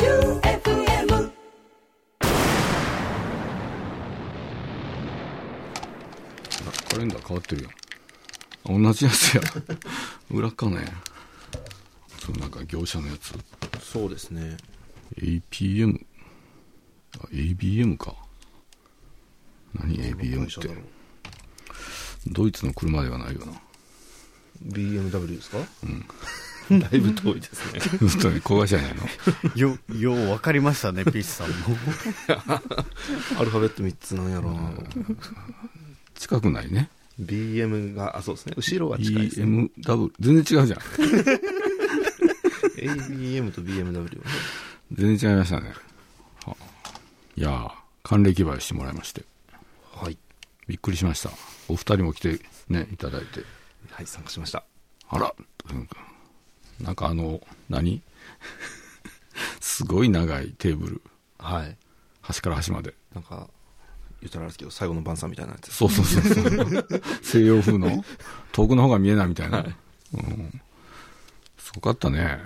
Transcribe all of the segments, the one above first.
J-O-E-U-F-M カレンダー変わってるよ。同じやつや。 裏かね。そう、なんか業者のやつ。そうですね APM。あ、ABM か。何 ABM 会社っだろてう。ドイツの車ではないよ な。 BMW ですかうん だいぶ遠いですねずっとね、子会社やねんの。よ、よう分かりましたね、ピースさんも。 アルファベット3つなんやろな近くないね。 BM があそうですね後ろは近いです、ね、 BMW。全然違うじゃん。 ABM と BMW はね全然違いましたね。はあいやー、還暦祝いしてもらいまして。はいびっくりしました。お二人も来てね、いただいて。はい参加しましたあら、うんなんかあの、何 すごい長いテーブル。はい端から端まで。なんか言ったらあれですけど最後の晩餐みたいなやつですそうそうそうそう。西洋風の遠くの方が見えないみたいな。うん。すごかったね。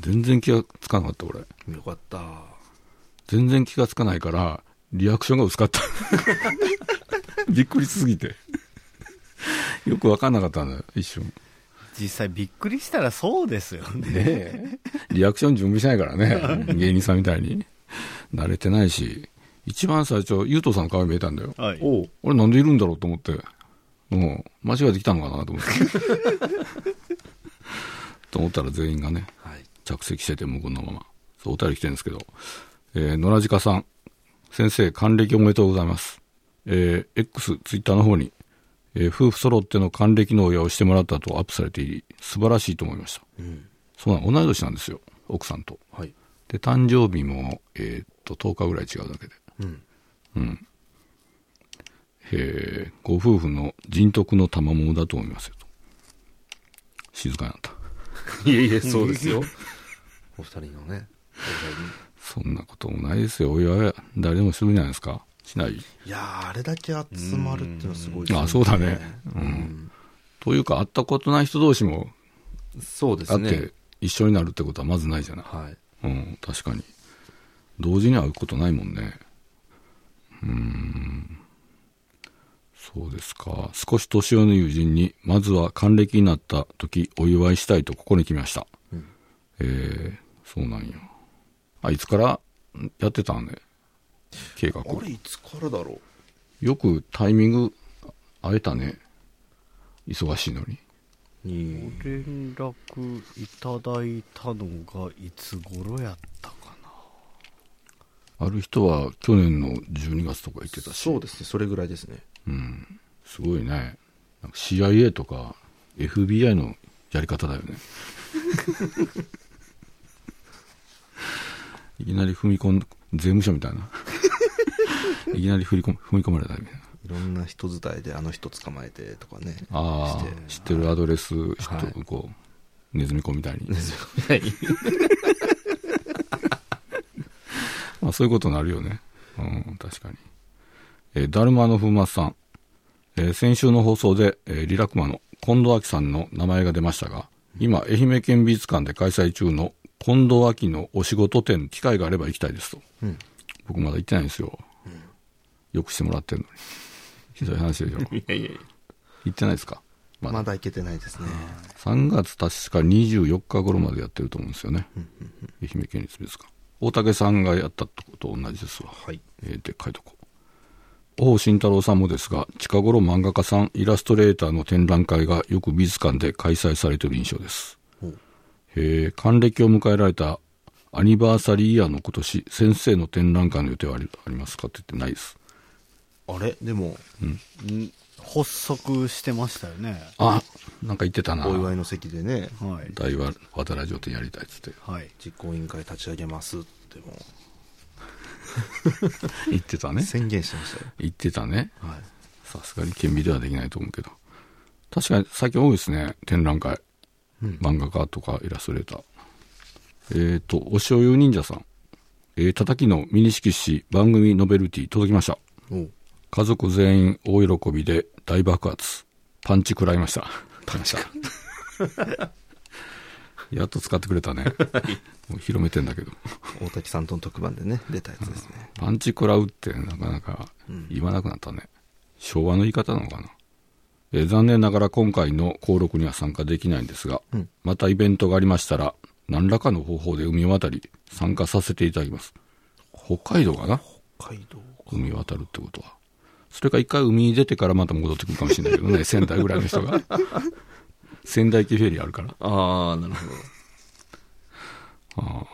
全然気がつかなかった、俺。よかった全然気がつかないから、リアクションが薄かった。びっくりしすぎて。よくわかんなかったんだよ、一瞬。実際びっくりしたらそうですよね。ねえ。リアクション準備しないから ね。芸人さんみたいに。慣れてないし。一番最初、ゆうとさんの顔に見えたんだよ。はい。おう俺なんでいるんだろうと思って。うん。間違えてきたのかなと思って。 と思ったら全員がね、はい着席してて無言のまま。そう、お便り来てるんですけど。えー、野良鹿さん。先生、還暦おめでとうございます。えー、X、ツイッターの方に、えー夫婦揃っての還暦のお祝いをしてもらったとアップされていり、素晴らしいと思いました。うんそうなの、同い年なんですよ、奥さんと。はいで、誕生日も、えーっと、10日ぐらい違うだけで。うんうん。えーご夫婦の人徳の賜物だと思いますよと。静かになった。いえいえそうですよ お二人のねそんなこともないですよ。お祝いは誰でもするんじゃないですかしないいやーあれだけ集まるっていうのはすごいですあそうだねうんというか、会ったことない人同士もそうです会っねて一緒になるってことはまずないじゃない。はいうん、確かに。同時に会うことないもんね。うーん。そうですか。少し年上の友人に、まずは還暦になった時、お祝いしたいとここに来ました。えー、そうなんや。あ、いつからんやってたんね。計画。あれいつからだろうよくタイミング、あ会えたね。忙しいのに。に連絡いただいたのがいつ頃やったかな。ある人は去年の12月とか行ってたし。そうですねそれぐらいですねうん、すごいね。なんか CIA とか FBI のやり方だよね。 いきなり踏み込ん税務署みたいな。いきなり振り込む踏み込まれたみたいな。いろんな人伝いであの人捕まえてとかねあしてあ、知ってるアドレス、知っはいてる、こう、ネズミ子みたいに。 まあそういうことになるよね。うん、確かに。えー、だるまの粉末さん。えー先週の放送で、えーリラクマの近藤明さんの名前が出ましたが、今、愛媛県美術館で開催中の近藤明のお仕事展、機会があれば行きたいですと。うん僕まだ行ってないんですよ。よくしてもらってるのに。ひどい話でしょ。行いやいやいやってないですかまだまだいけてないですね3月確か24日頃までやってると思うんですよね、愛媛県立美術館大竹さんがやったとこと同じですわ、はいえーでっかいとこ王慎太郎さんもですが近頃漫画家さんイラストレーターの展覧会がよく美術館で開催されている印象ですおえー還暦を迎えられたアニバーサリーイヤーの今年先生の展覧会の予定はありありますかって言ってないですあれでも、ん発足してましたよね。あなんか言ってたなお祝いの席でねはい。大和渡来城店やりたいっつってはい。実行委員会立ち上げますっても言ってたう ね宣言してましたよ言ってたねはいさすがに顕微ではできないと思うけど。確かに最近多いですね、展覧会。漫画家とかイラストレーター。えっ、と、お塩湯忍者さん。えー、叩きのミニ色紙番組ノベルティ届きました。おう家族全員大喜びで大爆発。パンチ食らいました。パンチやっと使ってくれたね。もう広めてんだけど。大滝さんとの特番でね、出たやつですね。パンチ食らうってなかなか言わなくなったね。昭和の言い方なのかな。えー残念ながら今回の登録には参加できないんですが、うんまたイベントがありましたら、何らかの方法で海を渡り参加させていただきます。北海道かな北海道。海渡るってことは。それか一回海に出てからまた戻ってくるかもしれないけ どね、仙台ぐらいの人が。仙台行きフェリーあるから。ああ、なるほど。あ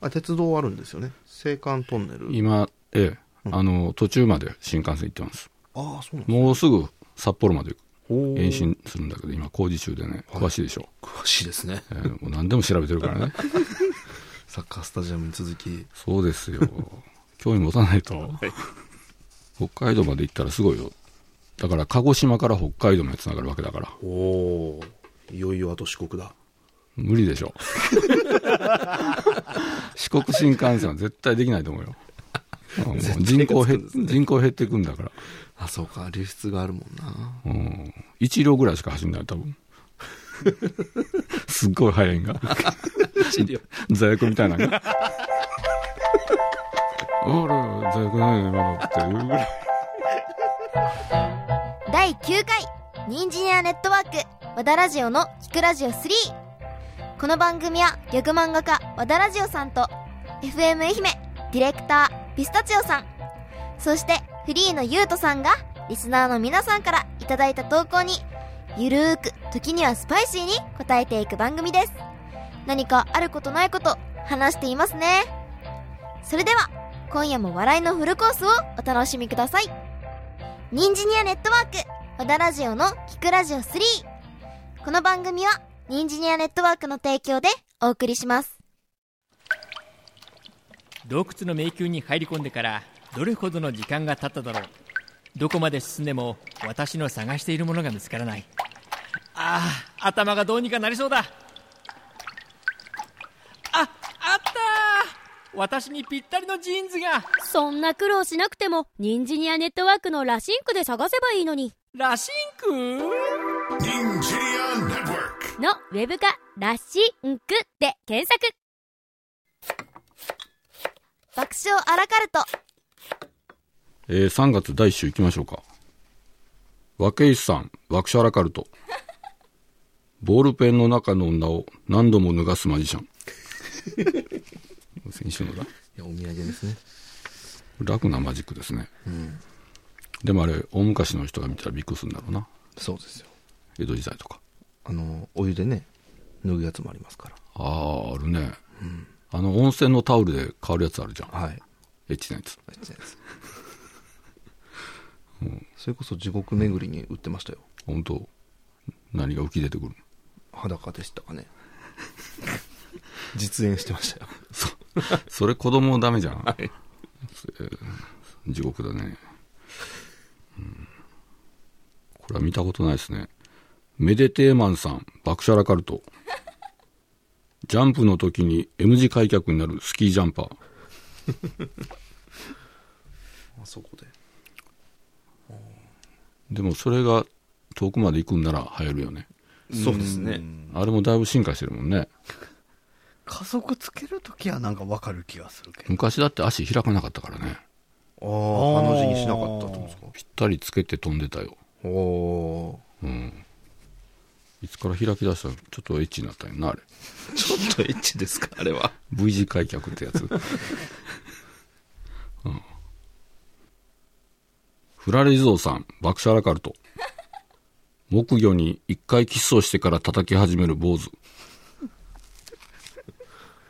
あ、鉄道あるんですよね。青函トンネルー。今、ええ、うんあの、途中まで新幹線行ってます。ああ、そうなんだもうすぐ札幌までほう延伸するんだけど、今工事中でね、詳しいでしょ。詳しいですね。えーもう何でも調べてるから ね。サッカースタジアムに続き。そうですよ。興味持たないと。北海道まで行ったらすごいよ。だから鹿児島から北海道までつながるわけだから。おおー。いよいよあと四国だ。無理で しょ。四国新幹線は絶対できないと思 うよ。あもう人口減っ人口減っていくんだから。あ、そうか。流出があるもんな。うん。1両ぐらいしか走んない、多分。 すっごい速いんが。座薬みたいなのが。あら、座薬ないの今のっていうぐらい。第9回ニンジニアネットワーク和田ラジオの「聞くラジオ3」この番組はギャグ漫画家和田ラジオさんと FM 愛媛ディレクターピスタチオさんそしてフリーのゆうとさんがリスナーの皆さんからいただいた投稿にゆるーく時にはスパイシーに答えていく番組です何かあることないこと話していますねそれでは今夜も笑いのフルコースをお楽しみくださいニンジニアネットワーク和田ラジオの聞くラジオ3この番組はニンジニアネットワークの提供でお送りします洞窟の迷宮に入り込んでからどれほどの時間が経っただろうどこまで進んでも私の探しているものが見つからないああ頭がどうにかなりそうだああったー私にぴったりのジーンズがそんな苦労しなくても、ニンジニアネットワークのラシンクで探せばいいのに、ラシンク Ninja Network. のウェブ化、ラシンクで検索。爆笑アラカルトえー3月第1週行きましょうか。和石さん、爆笑アラカルト。ボールペンの中の女を何度も脱がすマジシャン。先週のだ。いや、お土産ですね。楽なマジックですね。でもあれ、大昔の人が見たらびっくりするんだろうな。そうですよ。江戸時代とか。あの、お湯でね、脱ぐやつもありますから。ああ、あるね。あの、温泉のタオルで変わるやつあるじゃん。はい。エッチなやつ。あいつのやつそれこそ地獄巡りに売ってましたよ。本当何が浮き出てくるの裸でしたかね。実演してましたよ。それ子供ダメじゃん。えー地獄だね、うんこれは見たことないですね。メデテーマンさん、爆笑アラカルト。ジャンプの時に M 字開脚になるスキージャンパー。あそこで。でもそれが遠くまで行くんなら流行るよね。そうですね。あれもだいぶ進化してるもんね。加速つけるときはなんかわかる気がするけど。昔だって足開かなかったからね。ああ、ハの字にしなかったってことですかぴったりつけて飛んでたよ。おおいつから開き出したのちょっとエッチになったよな、あれ。ー。ちょっとエッチですか、あれは。 V 字開脚ってやつ、 うん、フラレ地蔵さん爆笑アラカルト木魚に一回キスをしてから叩き始める坊主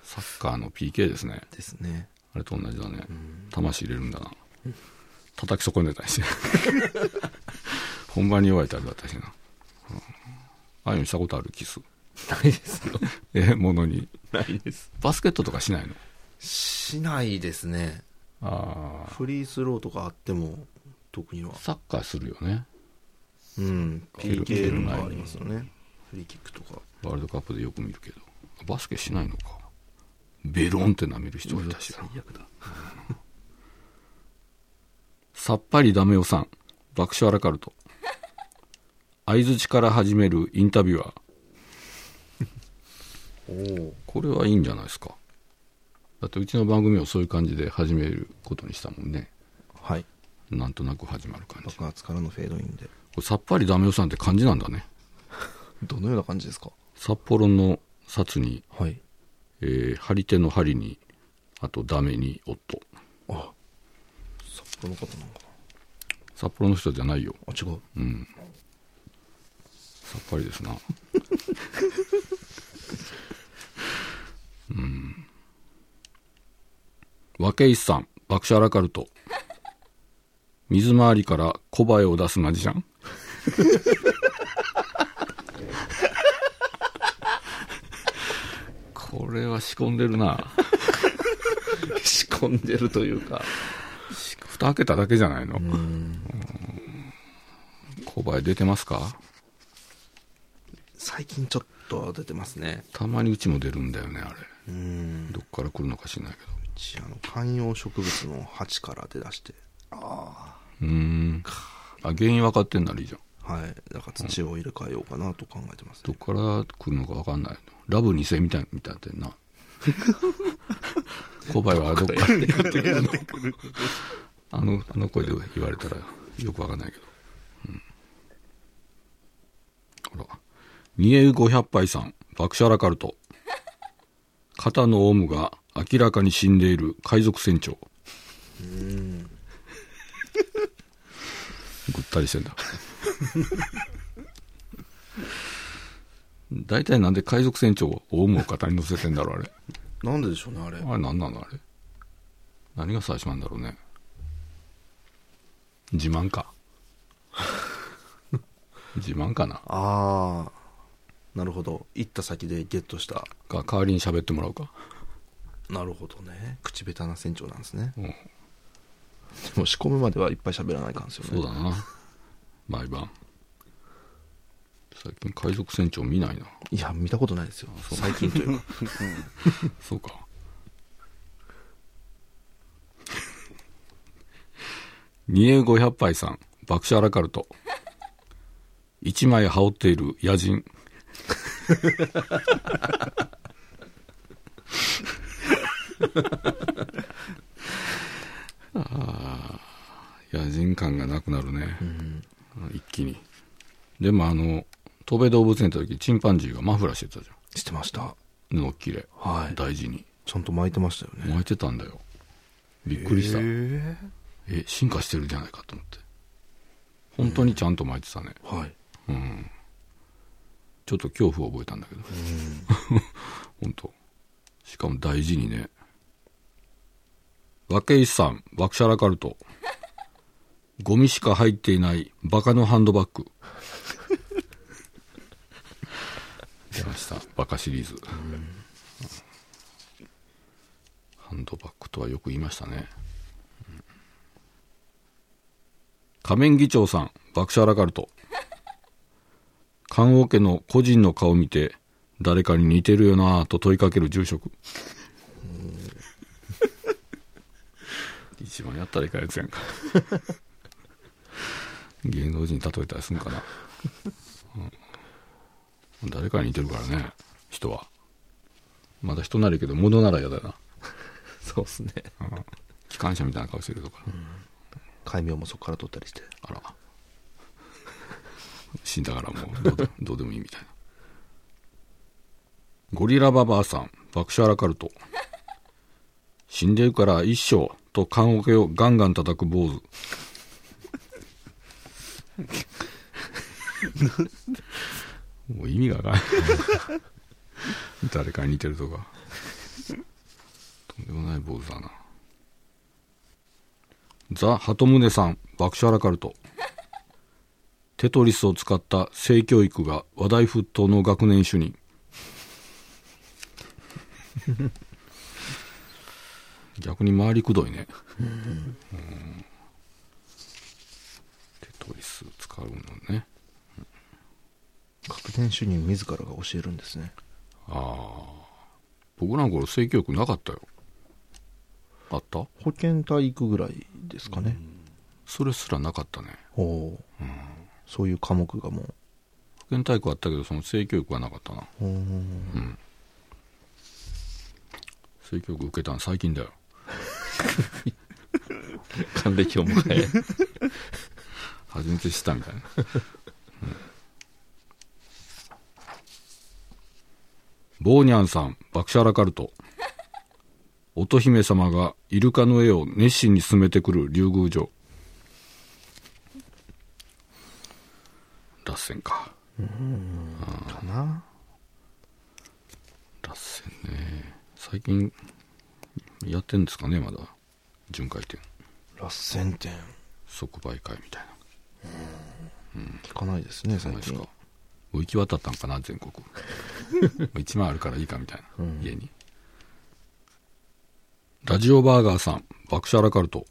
サッカーの PK ですねですね。あれと同じだね魂入れるんだな叩き損ねたりして 本番に弱いタイプだったしな、うんああいうのしたことある キスないですよ。えものにないです。バスケットとかしないのしないですね。ああフリースローとかあっても、特には。サッカーするよねうん。蹴る PK と前かにありますよね。フリーキックとか。ワールドカップでよく見るけどバスケしないのかベロンって舐める人がいたしな悪だ。 さっぱりダメよさん爆笑アラカルト相づちから始めるインタビュアーおおこれはいいんじゃないですかだってうちの番組をそういう感じで始めることにしたもんねはいなんとなく始まる感じこ爆発からのフェードインでれさっぱりダメ予算って感じなんだねどのような感じですか札幌の札に、はいえー張り手の針にあとダメに夫あ札幌の方なんか札幌の人じゃないよなあ違ううんさっぱりですな うん和慶さん爆笑アラカルト水回りから小バエを出すマジシャン これは仕込んでるな仕込んでるというか蓋開けただけじゃないの小バエ出てますか最近ちょっと出てますねたまにうちも出るんだよねあれうんどっから来るのか知らないけどうちあの観葉植物の鉢から出だしてうーんあ原因分かってんならいいじゃんはいだから土を入れ替えようかなと考えてます、どっから来るのか分かんないラブ2世みたいみたいってん な小林はどっからやってくるのあのあの声で言われたらよく分かんないけど、うん、ほら二重五百杯さん爆笑アラカルト肩のオウムが明らかに死んでいる海賊船長ぐったりしてんだ大体なんで海賊船長をオウムを肩に乗せてんだろうあれなんででしょうねあれあれ何なのあれ何が最初なんだろうね自慢か 自慢かなああなるほど行った先でゲットしたか代わりに喋ってもらうかなるほどね口下手な船長なんですね、うんでも仕込むまではいっぱい喋らないかんですよねそうだな毎晩最近海賊船長見ないないや見たことないですよ最近という かそうか二重五百杯さん爆笑アラカルト一枚羽織っている野人ああ野人感がなくなるね、一気にでもあの東米動物園行った時チンパンジーがマフラーしてたじしてましたゃん布っきれ、はい大事にちゃんと巻いてましたよね燃えてたんだよびっくりしたええ進化してるじゃないかと思って本当にちゃんと巻いてたね、はいちょっと恐怖を覚えたんだけど 本当しかも大事にね和慶さん爆笑アラカルトゴミしか入っていないバカのハンドバッグ出ましたバカシリーズハンドバッグとはよく言いましたねうん仮面議長さん爆笑アラカルト看護家の個人の顔見て誰かに似てるよなぁと問いかける住職一番やったらいかんやつやんか芸能人に例えたりすんかな、うん誰かに似てるからね人はまだ人ならいいけど物なら嫌だよなそうですね機関車みたいな顔してるとか、海名もそこから取ったりしてあら 死んだからもうどうで どうでもいいみたいなゴリラババアさん爆笑アラカルト死んでるから一生と棺桶をガンガン叩く坊主もう意味がわからない誰かに似てるとかとんでもない坊主だなザ・ハトムネさん爆笑アラカルトテトリスを使った性教育が話題沸騰の学年主任逆に回りくどいねうんテトリス使うのね確定主任自らが教えるんですね僕らの頃性教育なかったよあった保健体育ぐらいですかね、それすらなかったねおおー、そういう科目がも保健体育はあったけどその性教育はなかったなうおー性教育受けたの最近だよ。還暦を迎え。初めて知ったみたいな。うんボーニャンさん、爆笑アラカルト。乙姫様がイルカの絵を熱心に進めてくる竜宮城。脱線か。かな脱線ね。最近、やってんですかね、まだ。巡回転。ラッセン店即売会みたいな。聞かないですね最そうです近かもう行き渡ったんかな全国1万あるからいいかみたいな、家にラジオバーガーさん爆笑アラカルト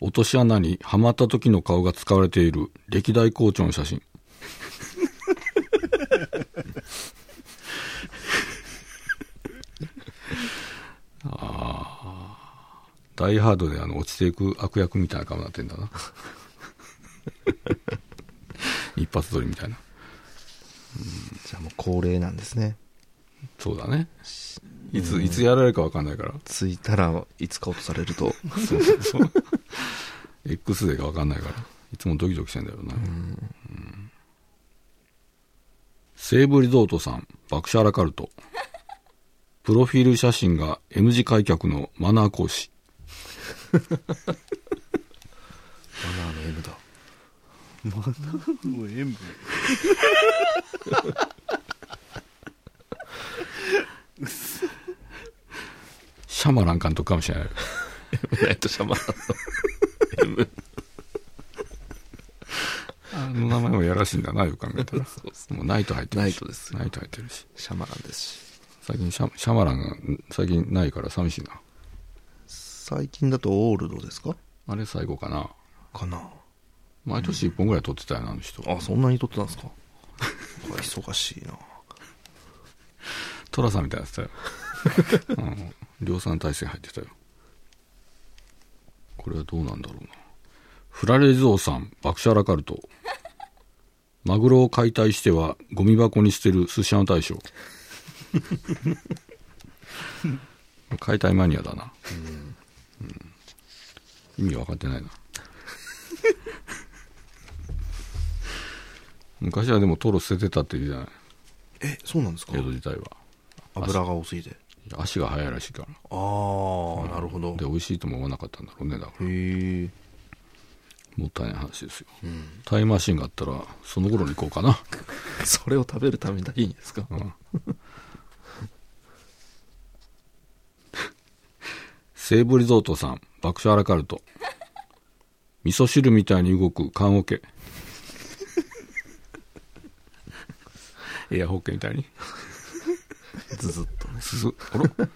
落とし穴にはまった時の顔が使われている歴代校長の写真ああダイハードであの落ちていく悪役みたいな顔になってんだな 一発撮りみたいなじゃあもう恒例なんですねそうだね。いつ、いつやられるかわかんないから。着いたらいつか落とされる と X デーがわかんないから。いつもドキドキしてんだよな。うん西武リゾートさん、爆笑アラカルト。プロフィール写真が M 字開脚のマナー講師。マナーの M だもう塩分シャマラン監督かもしれない。ナイトシャマーンの M。あの名前もやらしいんだな、よく考えたら。もうナイト入ってナるし。イトですよナイト入ってるし。シャマランですし最近シャシャマランが最近ないから寂しいな。最近だとオールドですかあれ最後かな。かな毎年1本ぐらい撮ってたよな、あの人。あそんなに撮ってたんですか これ忙しいなトラさんみたいなやつだよ、うん、量産体制入ってたよこれはどうなんだろうなフラレゾーさん爆笑アラカルトマグロを解体してはゴミ箱に捨てる寿司屋の大将 解体マニアだな、うん意味分かってないな昔はでもトロ捨ててたって言うじゃないえそうなんですか江戸時代は油が多すぎて足が速いらしいからああ、なるほどで美味しいとも思わなかったんだろうねだからへえもったいない話ですよ、タイムマシンがあったらその頃に行こうかな、それを食べるためだけにですかうん、西武リゾートさん爆笑アラカルト味噌汁みたいに動く缶桶エアホッケーみたいに ずずっとねすすあら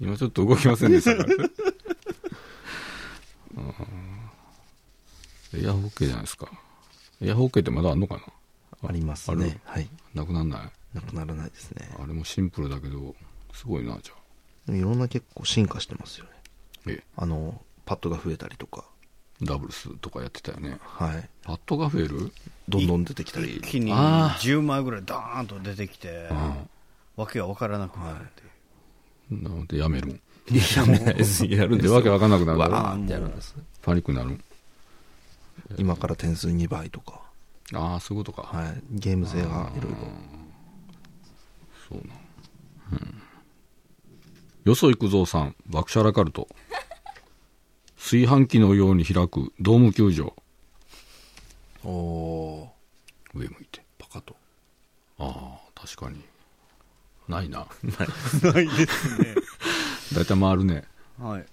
今ちょっと動きませんでした からねあーエアホッケーじゃないですかエアホッケーってまだあんのかなありますあるねはいなくなんないなくならないですねあれもシンプルだけどすごいなじゃあでもいろんな結構進化してますよねえあのパッドが増えたりとかダブルスとかやってたよねはいパッドが増えるどんどん出てきたり一気にあ10枚ぐらいダーンと出てきて、わけが分からなくなるっていう、なのでやめるもん やるんでですわけわかんなくなるだろわーってやるんです。パニックになる今から点数2倍とかああそういうことか、はいゲーム性がいろいろそうなうんよそ行くぞうさん爆笑アラカルト 炊飯器のように開くドーム球場おお上向いてーパカとああ確かにないなないですね 大体回るねはい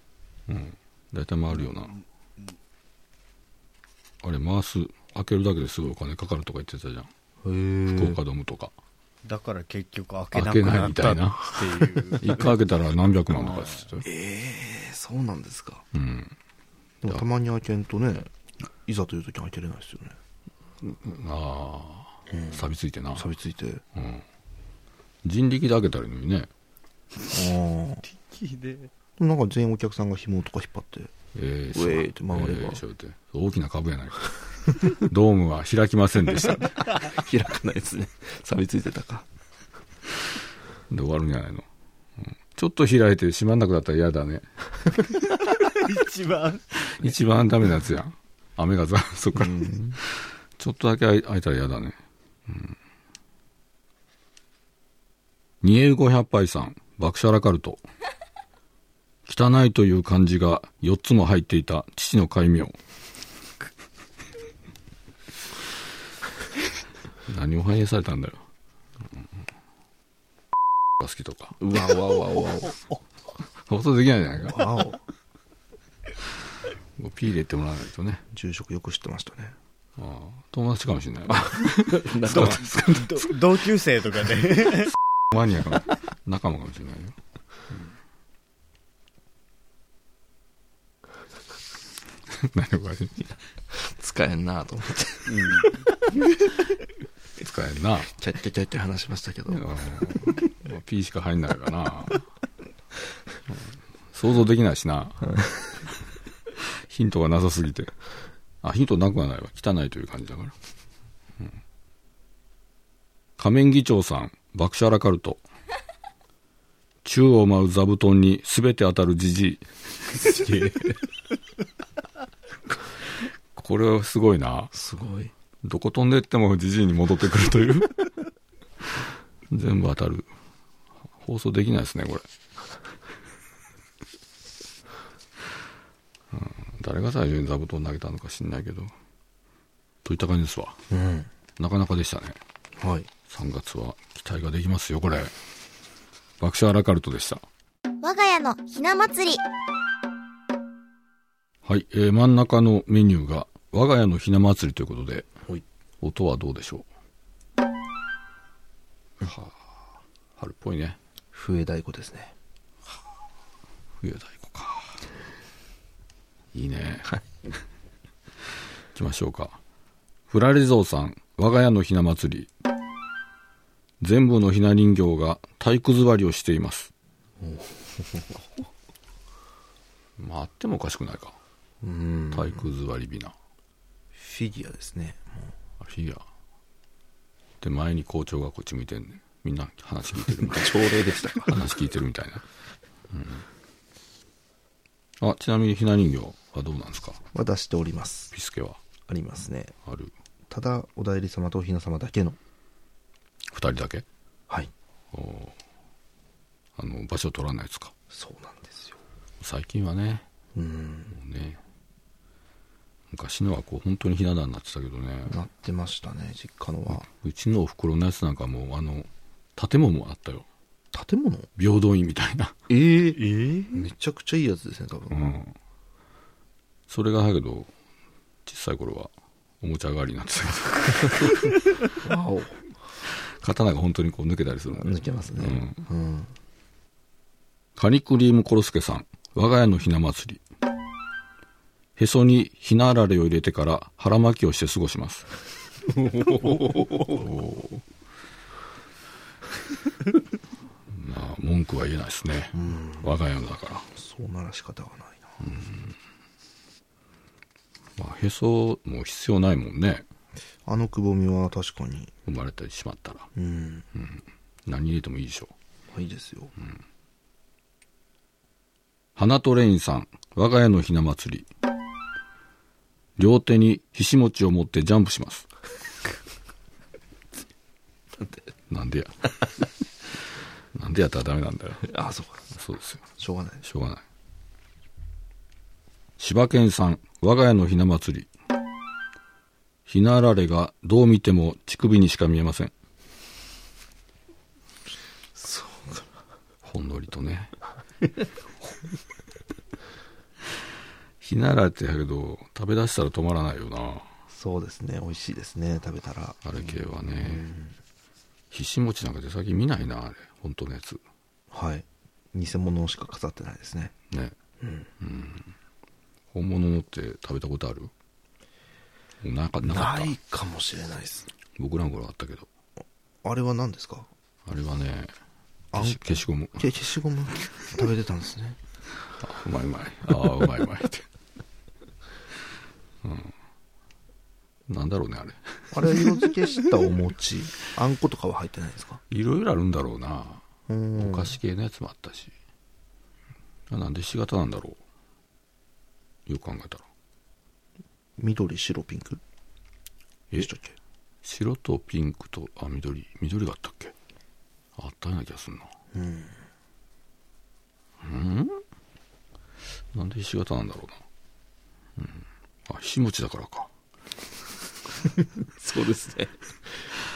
大体回るよなあれ回す開けるだけですごいお金かかるとか言ってたじゃん福岡ドームとかだから結局開けなくなったっていう一回開けたら何百万とかって言ってたよえー、そうなんですかうんでもたまに開けんとねいざという時開けれないですよねああ錆びついてな錆びついて人力で開けたらいいのにねああでなんか全員お客さんが紐とか引っ張ってえうえーって回ればえーそうやって大きな株やないか ドームは開きませんでしたで開かないですね。錆びついてたか。終わるんじゃないの、うんちょっと開いて閉まんなくなったら嫌だね。 一番。一番ダメなやつやん。雨がざ、 そっから。ちょっとだけ開い開いたら嫌だね。うん。ニエル5 0杯さん、爆笑アラカルト。汚いという漢字が4つも入っていた父の戒名。何を反映されたんだよ。うん、が好きとか。うわうわうわうわうわ放送できないじゃないか。わお。ピー入れてもらわないとね。住職よく知ってましたね。ああ友達かもしれない。なんかど同級生とかで。マニアかも仲間かもしれないよ、うん、 何こ使えんなと思って、れ使えんなちゃっちゃっちゃっちゃ話しましたけど、うんまあ P しか入んないからな、うん想像できないしなヒントがなさすぎてあヒントなくはないわ汚いという感じだから、うん仮面議長さん爆笑アラカルト宙を舞う座布団に全て当たるじじいこれはすごいなすごい。どこ飛んでってもじじいに戻ってくるという。 全部当たる。放送できないですね、これ。 うん、誰が最初に座布団投げたのか知んないけど。といった感じですわ。うん。なかなかでしたね。はい。 3月は期待ができますよ、これ。爆笑アラカルトでした。我が家のひな祭りはい、えー真ん中のメニューが、我が家のひな祭りということで、はい音はどうでしょうはあ春っぽいね。笛太鼓ですね。冬太鼓か。いいね。行きましょうか。フラレゾウさん、我が家のひな祭り。全部のひな人形が体育座りをしています。まあ、あってもおかしくないか。うん。体育座りびな。フィギュアですね。あフィギュアで前に校長がこっち向いてんねみんな話聞いてるみたい朝礼でしたか。話聞いてるみたいな、うんあちなみにひな人形はどうなんですかは出しております。ピスケはありますね。あるただ、お代理様とおひな様だけの。 2人だけはい。あの場所取らないですかそうなんですよ。最近はねうん。もうね昔のはこう本当にひな壇になってたけどねなってましたね、実家のは。うちのおふくろのやつなんかもうあの建物もあったよ建物平等院みたいなええめちゃくちゃいいやつですね、多う分。ん、それがだけど小さい頃はおもちゃ代わりになってたけど 青、刀が本当にこう抜けたりするの抜けますね。うん。カニクリームコロスケさん我が家のひな祭りへそにひなあられを入れてから腹巻きをして過ごします まあ文句は言えないですね、我が家のだからそうなら仕方がないな。まあ、へそも必要ないもんねあのくぼみは確かに。生まれてしまったらうん。何入れてもいいでしょういいですよ。花トレインさん、我が家のひな祭り。両手にひしもちを持ってジャンプします。 なんでや。なんでやったらダメなんだよ。ああ、そうか。そうですよ。しょうがないでししょうがない。柴犬さん、我が家のひな祭り。ひなあられがどう見ても乳首にしか見えません。ほんのりとね。ひなあられってやけど、食べ出したら止まらないよな。ょそうですね。美味しいですね。食べたら。あれ系はね。ひしもちなんかで最近見ないな、あれ。本当のやつ。はい。偽物しか飾ってないですね。ね、うん本物のって食べたことあるなんかなかったないかもしれないです。僕らの頃あったけどあれは何ですかあれはねあん消し消しゴムけ消しゴム食べてたんですね。あうまいうまいああうまいうまいって、うん、なんだろうねあれあれは色付けしたお餅。あんことかは入ってないですかいろいろあるんだろうなうーん。お菓子系のやつもあったし、あなんでひし形なんだろうよく考えたら緑、白、ピンク。え白とピンクとあ緑緑があったっけあったような気がするなうんなんでひし形なんだろうな、うん、あひしもちだからか そうですね。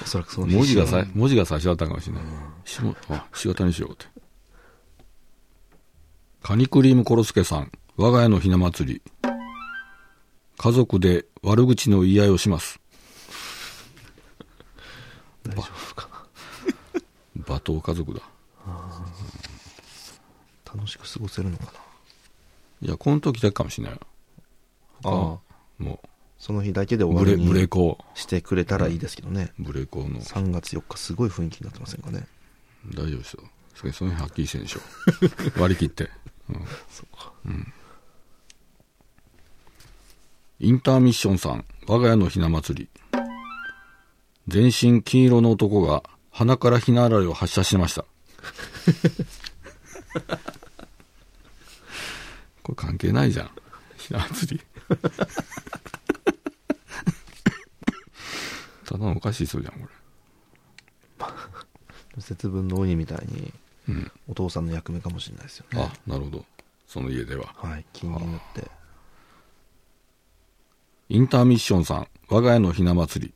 おそらくそう文字がさ文字が最初だったかもしれない、しもあひし形にしようってカニクリームコロスケさん我が家のひな祭り家族で悪口の言い合いをします大丈夫か罵倒家族だな。楽しく過ごせるのかな。いやこの時だけかもしれないよああ、もその日だけうで終わブレりブレにコしてくれたらいいですけどね。ブレコの3月4日、すごい雰囲気になってませんかね。大丈夫ですよそれその辺はっきりしてんで しょ割り切って、うん、うんインターミッションさん我が家のひな祭り全身金色の男が鼻からひなあられを発射してました これ関係ないじゃんひな祭り ただのおかしい人じゃんこ節分の鬼みたいに、れうんお父さんの役目かもしれないですよね。あなるほどその家でははい、金になって。インターミッションさん我が家のひな祭り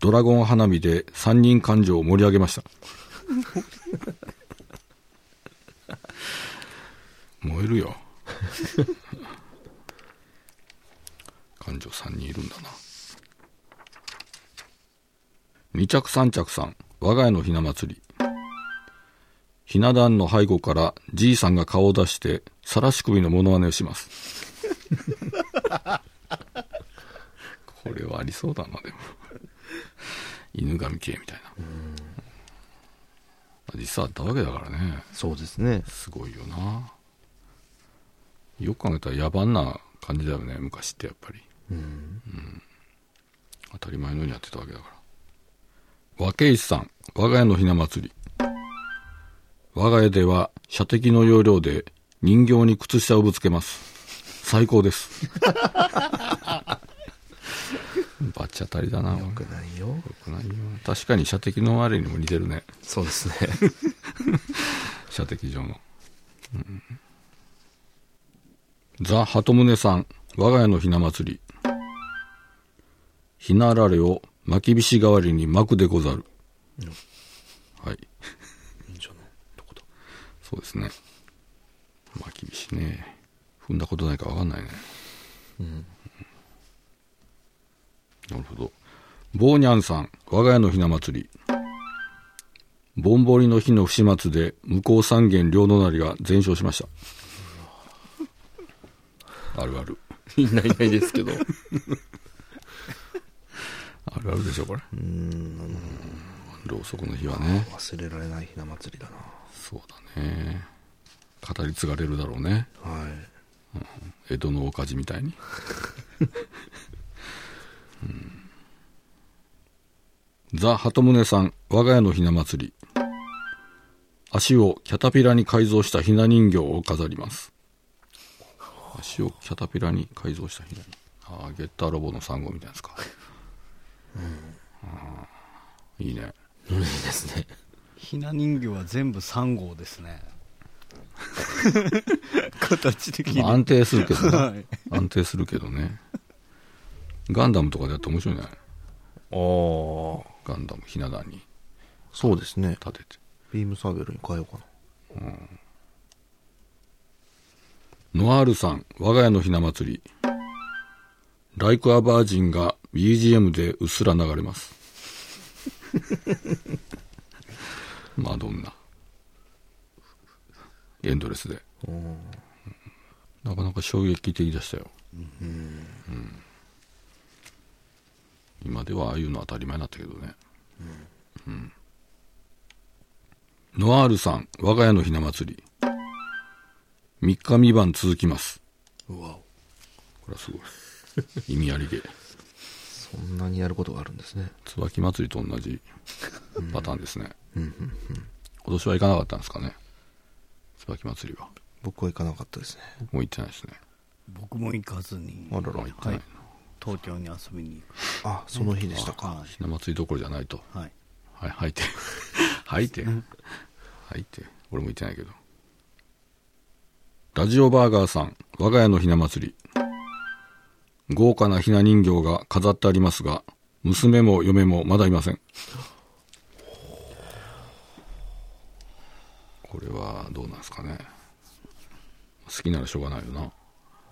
ドラゴン花火で三人感情を盛り上げました 燃えるよ感情3人いるんだな二着三着さん我が家のひな祭りひな壇の背後からじいさんが顔を出してさらし首のモノマネをしますこれはありそうだなでも犬神系みたいな実際あったわけだからねそうですね。すごいよなよく考えたら野蛮な感じだよね昔ってやっぱり、うん当たり前のようにやってたわけだから和石さん我が家のひな祭り我が家では射的の要領で人形に靴下をぶつけます最高ですバチ当たりだなよよくないよ。くないよ確かに射的のあれにも似てるねそうです ね。射的場の、ザ・鳩宗さん我が家のひな祭りひなあられを巻きびし代わりに巻くでござる、はいそうですね巻きびしね踏んだことないか分かんないねなるほどボーニャンさん我が家のひな祭りぼんぼりの火の不始末で向こう三軒両隣が全焼しましたあるあるいないいないですけど。あるあるでしょこれうんろうそくの火はね忘れられないひな祭りだな。そうだね語り継がれるだろうねはい。江戸の大火事みたいに、うん、ザ・鳩宗さん我が家のひな祭り足をキャタピラに改造したひな人形を飾ります足をキャタピラに改造したひなああゲッターロボの3号みたいなやつか、あーいいねいいですね。 ひな人形は全部3号ですね 形的に、まあ安定するけど ね、はい安定するけどねガンダムとかでやって面白いんじゃないああ。ガンダムひな壇にそうですね。立ててビームサーベルに変えようかな。ノアールさん、我が家のひな祭り。ライクアバージンが BGM でうっすら流れます。 マドンナ。エンドレスで。なかなか衝撃的でしたよ。うん今ではああいうの当たり前になったけどね。うんノアールさん、我が家のひな祭り。3日三晩続きます。うわこれはすごい意味ありげそんなにやることがあるんですね。椿祭りと同じパターンですね今年はいかなかったんですかね椿祭りは。僕は行かなかったですね。もう行ってないですね。僕も行かずにあららもう行ってないな。東京に遊びにあ、その日でし行たくか。はいひな祭りどころじゃないと。はいはい、吐いて。 吐いて。吐いて。俺も言ってないけど。ラジオバーガーさん、我が家のひな祭り。豪華なひな人形が飾ってありますが、娘も嫁もまだいません。これはどうなんですかね。好きならしょうがないよな。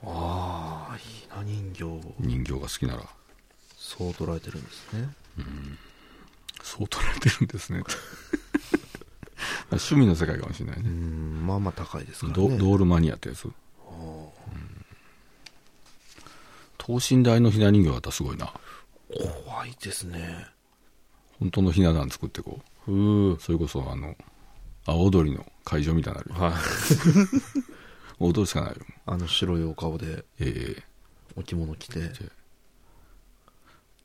ああ、ひな人形を人形が好きなら。そう捉えてるんですね。そう取られてるんですね。 趣味の世界かもしれないうね。ん、まあまあ高いですからドね。ドールマニアってやつ、うん等身大のひな人形だったらすごいな怖いですね。本当のひな壇作ってこうそれこそあの青踊りの会場みたいになるよ、 はい。踊るしかないよあの白いお顔でええお着物着て。で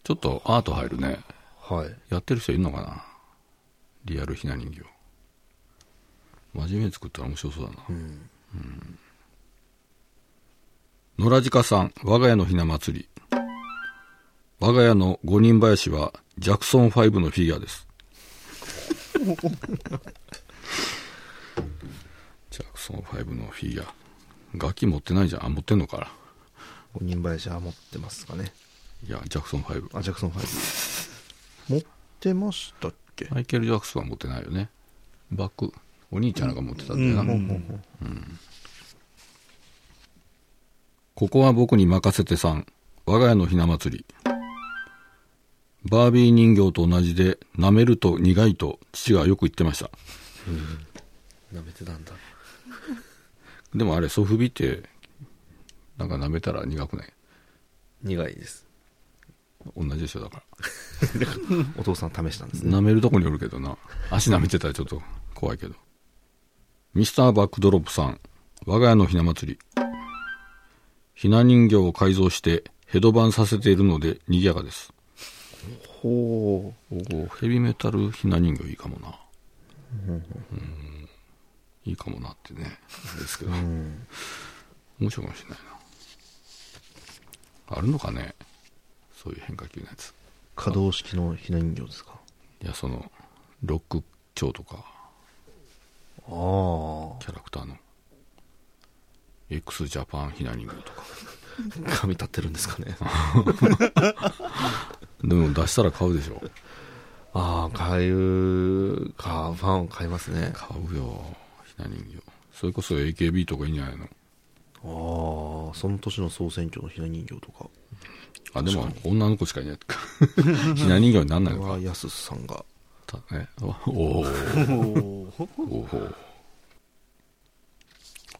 ちょっとアート入るねはい。やってる人いるのかなリアルひな人形真面目に作ったら面白そうだなうん。野良鹿さん、我が家のひな祭り。我が家の五人林は、ジャクソン5のフィギュアです。 ジャクソン5のフィギュア。楽器持ってないじゃん。あ、持ってんのかな。五人林は持ってますかね。いや、ジャクソン5。あ、ジャクソン5。持 ってましたっけマイケル・ジャクソンは持ってないよね。バック。お兄ちゃんが持ってたんだよな。ここは僕に任せてさん。我が家のひな祭り。バービー人形と同じで、舐めると苦いと父がよく言ってました。舐めてたんだ。でもあれ、ソフビって、なんか舐めたら苦くない苦いです。同じでしょ、だから。お父さん試したんですね。舐めるとこによるけどな。足舐めてたらちょっと怖いけど。ミスターバックドロップさん、我が家のひな祭り。ひな人形を改造してヘドバンさせているので賑やかです。ほおーヘビメタルひな人形いいかもな。うんいいかもなってね。あれですけど。面白いかもしれないな。あるのかねそういう変化球のやつ。う。可動式のひな人形ですか。いや、その、ロック調とか。ああ。キャラクターの x ジャパンひな人形とか髪立ってるんですかね。あでも出したら買うでしょ あ、買う、か、ファンを買いますね。あ買うよひな人形それこそ AKB とかいいんじゃないのあー、その年の総選挙のひな人形とか。あでも女の子しかい ないかひな人形になんこないれのはかやすさんが。たねおおーおおこ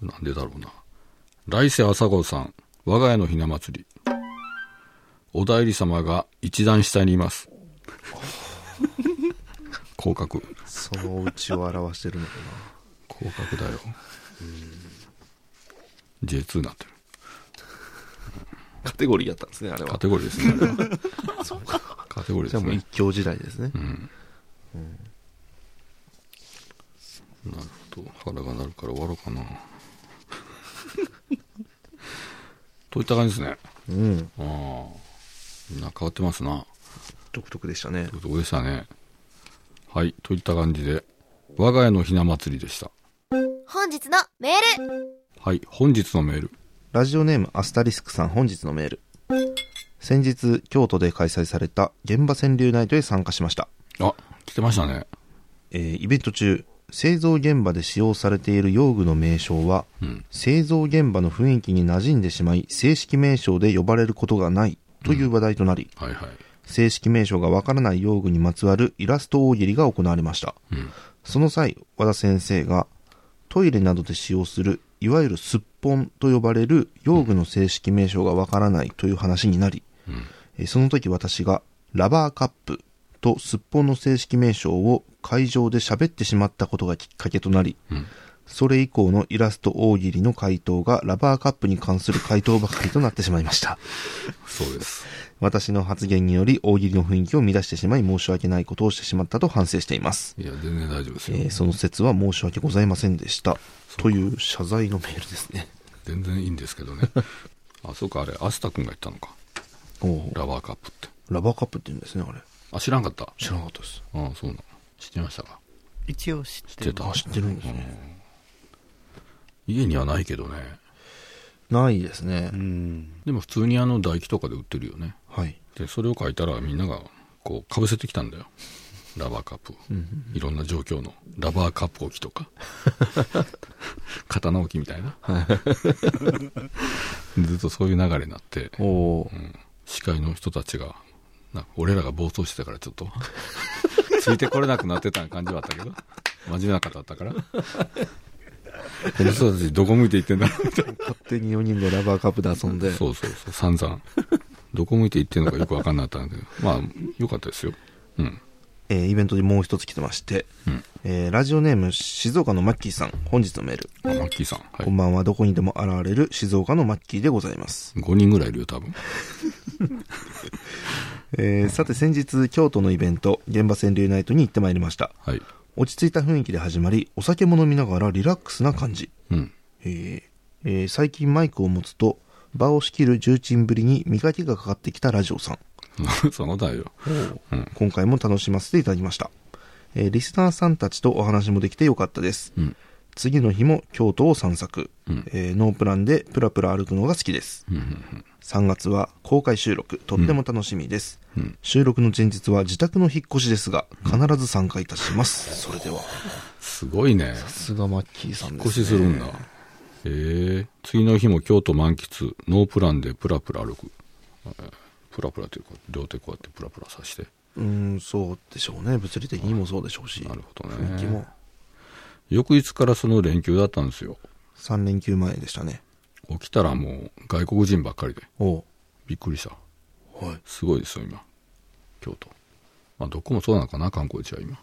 れなんでだろうな来世朝顔さん我が家のひな祭りおだいり様が一段下にいます 降格そのうちを表してるのか広角だよ J2 になってるな。 カテゴリーやったんですね、あれカは。テゴリーですねあ れはカテゴリーじでゃあすもうね一強時代ですね。なるほど腹が鳴るから終わろうかな といった感じですねうん。ああみんな変わってますな独特でしたねと。いうことでしたねはいといった感じで我が家のひな祭りでした本日のメールはい本日のメールラジオネームアスタリスクさん本日のメール。先日、京都で開催された現場川柳ナイトへ参加しました。あ来てましたねえーイベント中、製造現場で使用されている用具の名称は、うん製造現場の雰囲気に馴染んでしまい、正式名称で呼ばれることがないという話題となり、はいはい正式名称がわからない用具にまつわるイラスト大喜利が行われました。うんその際、和田先生が、トイレなどで使用する、いわゆるすっぽんと呼ばれる用具の正式名称がわからないという話になり、えーその時私が、ラバーカップとすっぽんの正式名称を会場で喋ってしまったことがきっかけとなり、それ以降のイラスト大喜利の回答がラバーカップに関する回答ばかりとなってしまいました。そうです。私の発言により大喜利の雰囲気を乱してしまい申し訳ないことをしてしまったと反省しています。いや、全然大丈夫ですえよ。ーその説は申し訳ございませんでした。という謝罪のメールですね。全然いいんですけどね。 あ、そうか、あれ、アスタ君が言ったのか。 おうラバーカップって。ラバーカップって言うんですね、あれ。あ、知らんかった。知らなかったです。あそうなの。知ってましたか。一応知って知ってるたあ、。知ってるんですね。家にはないけどね。ないですね。うんでも普通にあの、唾液とかで売ってるよね。はい。で、それを書いたらみんなが、こう、かぶせてきたんだよ。ラバーカップをいろんな状況の。ラバーカップ置きと か。刀置きみたい な。ずっとそういう流れになって。おおー、司会の人たちがなんか俺らが暴走してたからちょっとついてこれなくなってた感じはあったけど真面目な方だった からこの人たちどこ向いていってんだろうみたい勝手に4人でラバーカップで遊んでな。そうそうそう散 々どこ向いていってんのかよく分かんなかったんだけどまあよかったですようんえーイベントでもう一つ来てまして、うんえーラジオネーム静岡のマッキーさん、本日のメール。あマッキーさん、はこんばんは、どこにでも現れる静岡のマッキーでございます。い、5人ぐらいいるよ多分えーさて先日、京都のイベント、現場川柳ナイトに行ってまいりました。はい 落ち着いた雰囲気で始まり、お酒も飲みながらリラックスな感じ。うんえーえー最近マイクを持つと、場を仕切る重鎮ぶりに磨きがかかってきたラジオさん。そのだようん今回も楽しませていただきました。えーリスナーさんたちとお話もできてよかったです。うん次の日も京都を散策、うんえーノープランでプラプラ歩くのが好きです。うんうん3月は公開収録、とっても楽しみです。うんうん収録の前日は自宅の引っ越しですが、必ず参加いたします。それでは。すごいねさすがマッキーさ引んっ越しするんだ。えー次の日も京都満喫、ノープランでプラプラ歩く。えープラプラというか、両手こうやってプラプラさして。うーん、そうでしょうね。物理的にもそうでしょうし。なるほど雰囲気もね。翌日からその連休だったんですよ。 3連休前でしたね。起きたらもう外国人ばっかりで。おうびっくりした。はい。すごいですよ、今。京都。まあ、どこもそうなのかな、観光地は今。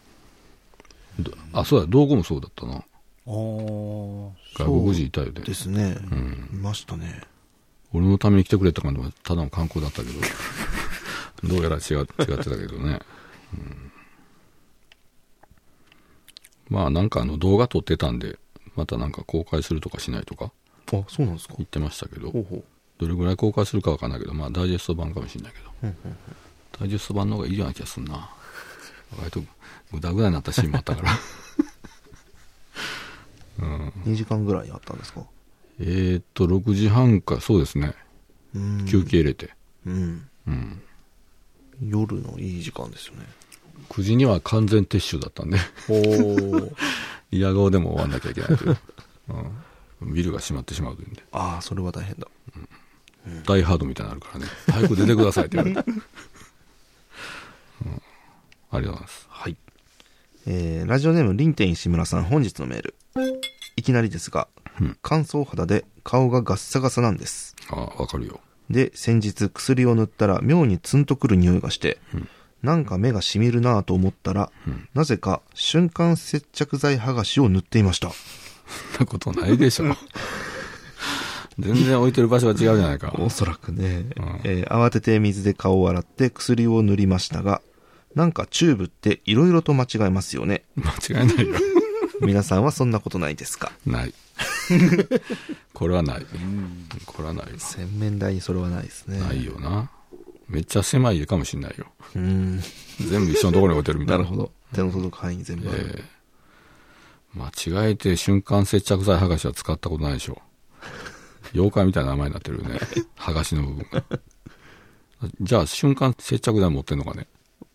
どあ、そうだ、道後もそうだったな。あー外国人いたよね。ですね。いましたね。俺のために来てくれた感じはただの観光だ ったけどどうやら違う違ってたけどね、うん、まあなんかあの動画撮ってたんでまたなんか公開するとかしないとかあ、そうなんですか言ってましたけどほうほう。どれぐらい公開するかわかんないけどまあダイジェスト版かもしれないけどダイジェスト版の方がいいような気がすんな割とグダグダになったシーンもあったから 2時間ぐらいあったんですかえーっと6時半かそうですねうん休憩入れて、うん。うん、夜のいい時間ですよね。 9時には完全撤収だったんで いや顔でも終わんなきゃいけないという、うん、ビルが閉まってしまうというんでああ、それは大変だ。ダイハードみたいになるからね早く出てくださいって言わ れて、うん、ありがとうございますはい。えー、ラジオネーム、リンテイン志村さん、本日のメール。いきなりですが、うん乾燥肌で顔がガッサガサなんです。ああ分かるよで、先日薬を塗ったら妙にツンとくる匂いがして、うんなんか目が染みるなぁと思ったら、うんなぜか瞬間接着剤剥がしを塗っていました。そんなことないでしょ全然置いてる場所が違うじゃないかおそらくね、うんえー慌てて水で顔を洗って薬を塗りましたが、なんかチューブって色々と間違えますよね。間違いないよ皆さんはそんなことないですかないこれはないこれはないわ 洗面台にそれはないですね。ないよなめっちゃ狭い家かもしんないようん。全部一緒のところに置いてるみたないるなほど。手の届く範囲に全部ある。えー間違えて瞬間接着剤剥がしは使ったことないでしょ妖怪みたいな名前になってるよね剥がしの部分がじゃあ瞬間接着剤持ってんのかね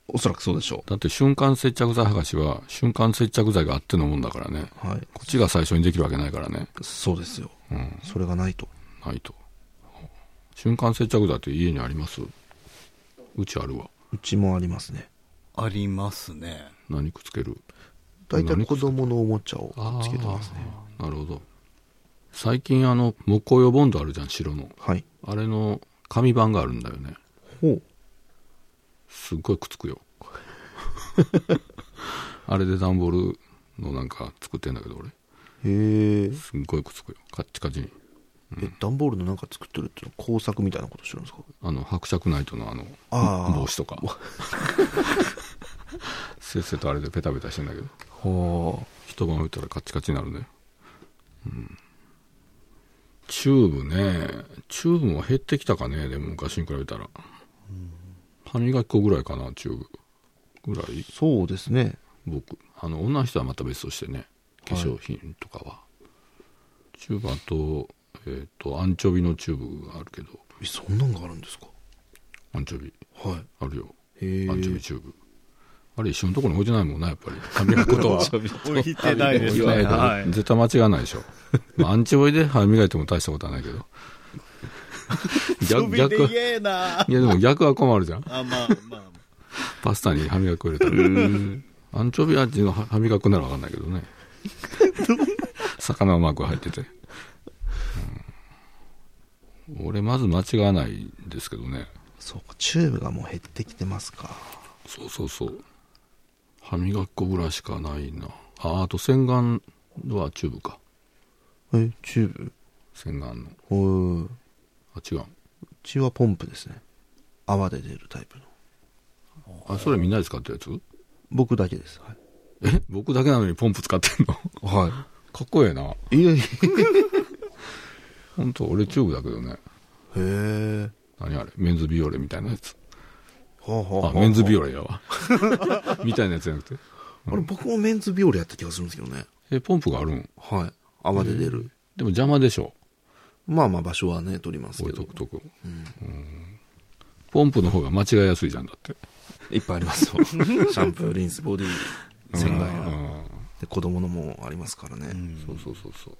おそらくそうでしょだって瞬間接着剤剥がしは瞬間接着剤があってのもんだからねう。はい。こっちが最初にできるわけないからねそうですよ。うんそれがないと。ないと瞬間接着剤って家にありますうちあるわうちもありますね。ありますね何くっつける大体子供のおもちゃをつけてますね。あーなるほど最近あの木工用ボンドあるじゃん白のはい。あれの紙版があるんだよね。ほう。すっごいくっつくよ。 あれで段ボールのなんか作ってんだけど俺。へへえすっごいくっつくよカッチカチにえ段ボールのなんか作ってるっていうのは工作みたいなことしてるんですかあの伯爵ナイトのあのあー帽子と かせっせとあれでペタペタしてんだけどは一晩置いたらカッチカチになるね、うん、チューブねチューブも減ってきたかねでも昔に比べたら、歯磨き粉ぐらいかなチューブぐらいあそうですね僕あの女の人はまた別としてね化粧品とかは、チューブあとえっ、とアンチョビのチューブがあるけどえそんなんがあるんですかアンチョビはあるよいへえアンチョビチューブあれ一緒のところに置いてないもんなやっ ぱり歯磨き粉とは 置いてないですね。言わないとはい。絶対間違わないでしょ、まあ、アンチョビで歯磨いても大したことはないけ ど逆逆逆で言えな。いやでも逆は困るじゃんあ、まあまあ。パスタに歯磨き粉入れたらアンチョビ味の歯歯磨き粉なら分かんないけど ね魚うまく入ってて、うん俺まず間違わないんですけどねそうかチューブがもう減ってきてますかそうそうそう歯磨き粉ぐらいしかないなああと洗顔はチューブかえチューブ洗顔のおうあ違うちはポンプですね泡で出るタイプのあそれみんなで使ってるやつ僕だけですはいえ僕だけなのにポンプ使ってんのはかっこええないいやいや本当俺チューブだけどねへえ何あれメンズビオレみたいなやつはあ、はあはメンズビオレやわ みたいなやつじゃなくてあれ僕もメンズビオレやった気がするんですけどねえポンプがあるんはい泡で出るでも邪魔でしょまあまあ場所はね取ります置けいどとくとく、うんポンプの方が間違いやすいじゃんだっていっぱいありますよ シャンプーリンスボディ洗顔うやんで子供のもありますからね、そうそうそうそう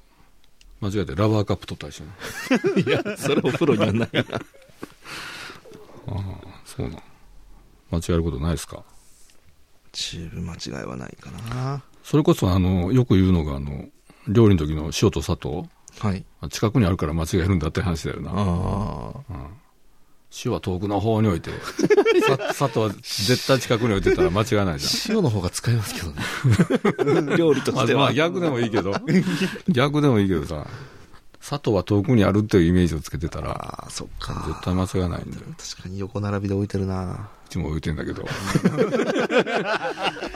間違えてラバーカップ取ったりしないいやそれお風呂にはないなそうなん間違えることないですかチューブ間違いはないかなそれこそあのよく言うのがあの料理の時の塩と砂糖はいあ近くにあるから間違えるんだって話だよなああ塩は遠くの方に 置いてさ砂糖は絶対近くに置いてたら間違いないじ塩の方が使えますけどね 料理とゃんましあては、まあ逆でもいいけど逆でもいいけどさ砂糖は遠くにあるっていうイメージをつけてたらああそっか絶対間違いないんだよ確かに横並びで置いてるなうちも置いてんだけ ど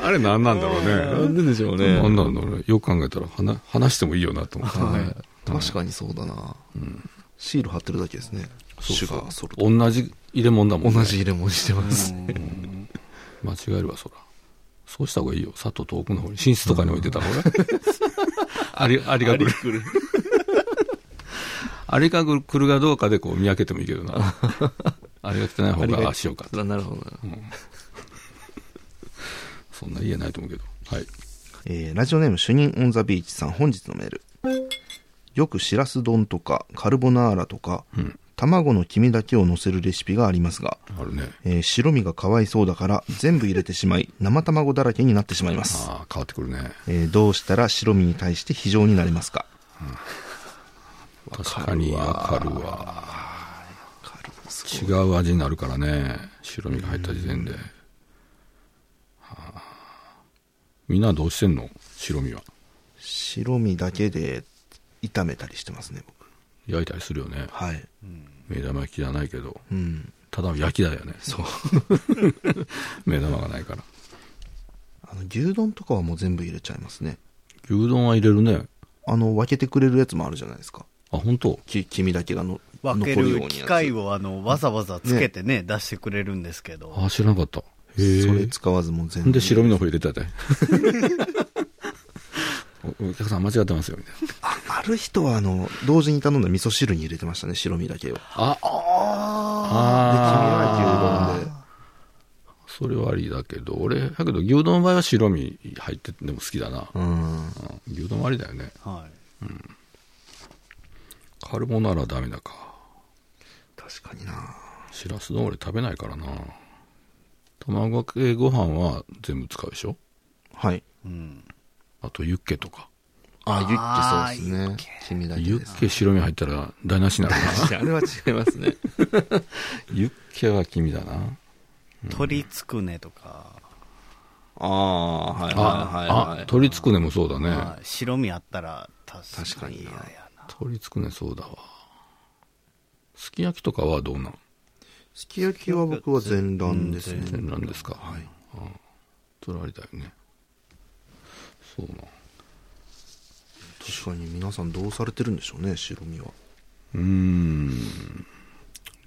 あれ何なんだろうねんででしょう何なんだろうねよく考えたら話話してもいいよなと思ってね、はい、確かにそうだな、シール貼ってるだけですねシュガーソルト同じ入れ物だもんね同じ入れ物してますね間違えるわそらそうした方がいいよ砂糖遠くの方に寝室とかに置いてた 方がありありが来る ありが来るかどうかでこう見分けてもいいけど なありが来てない方がああしようかなるほどな、そんな言えないと思うけどはいえーラジオネーム主任オンザビーチさん本日のメールよくしらす丼とかカルボナーラとか、うん卵の黄身だけを乗せるレシピがありますが、あるねえー白身がかわいそうだから全部入れてしまい生卵だらけになってしまいます、ああ変わってくるねえーどうしたら白身に対して非常になりますか確かにわかるわ違う味になるからね白身が入った時点で、はあみんなどうしてんの白身は白身だけで炒めたりしてますね僕焼いたりするよねはい目玉焼きじゃないけどうんただの焼きだよねそう 目玉がないからあの牛丼とかはもう全部入れちゃいますね牛丼は入れるねあの分けてくれるやつもあるじゃないですかあ本当き黄身だけがの分け残るようるに機械ををあのわざわざつけてね、出してくれるんですけど。あ知らなかったそへれえ使わずもう全ん部で白身の方入れ たでおお客さん間違ってますよみたいなあある人はあの同時に頼んだ味噌汁に入れてましたね白身だけをで黄あ身あは牛丼でそれはありだけど俺だけど牛丼の場合は白身入っててでも好きだな、うんうん牛丼はありだよねはい。カルボナーラダメだか確かになしらす丼俺食べないからな卵かけご飯は全部使うでしょはいうん。あとユッケとかあユッケそうですね黄身だけユですッケ白身入ったら台無しになるなあれは違いますね ユッケは君だな鶏つくねとか、ああはいあ、あ、鶏つくねもそうだね、まあ白身あったら確かにな鶏つくねそうだわすき焼きとかはどうなんすき焼きは僕は全卵ですね全卵ですかはい取られたよねそうな確かに皆さんどうされてるんでしょうね白身はうーん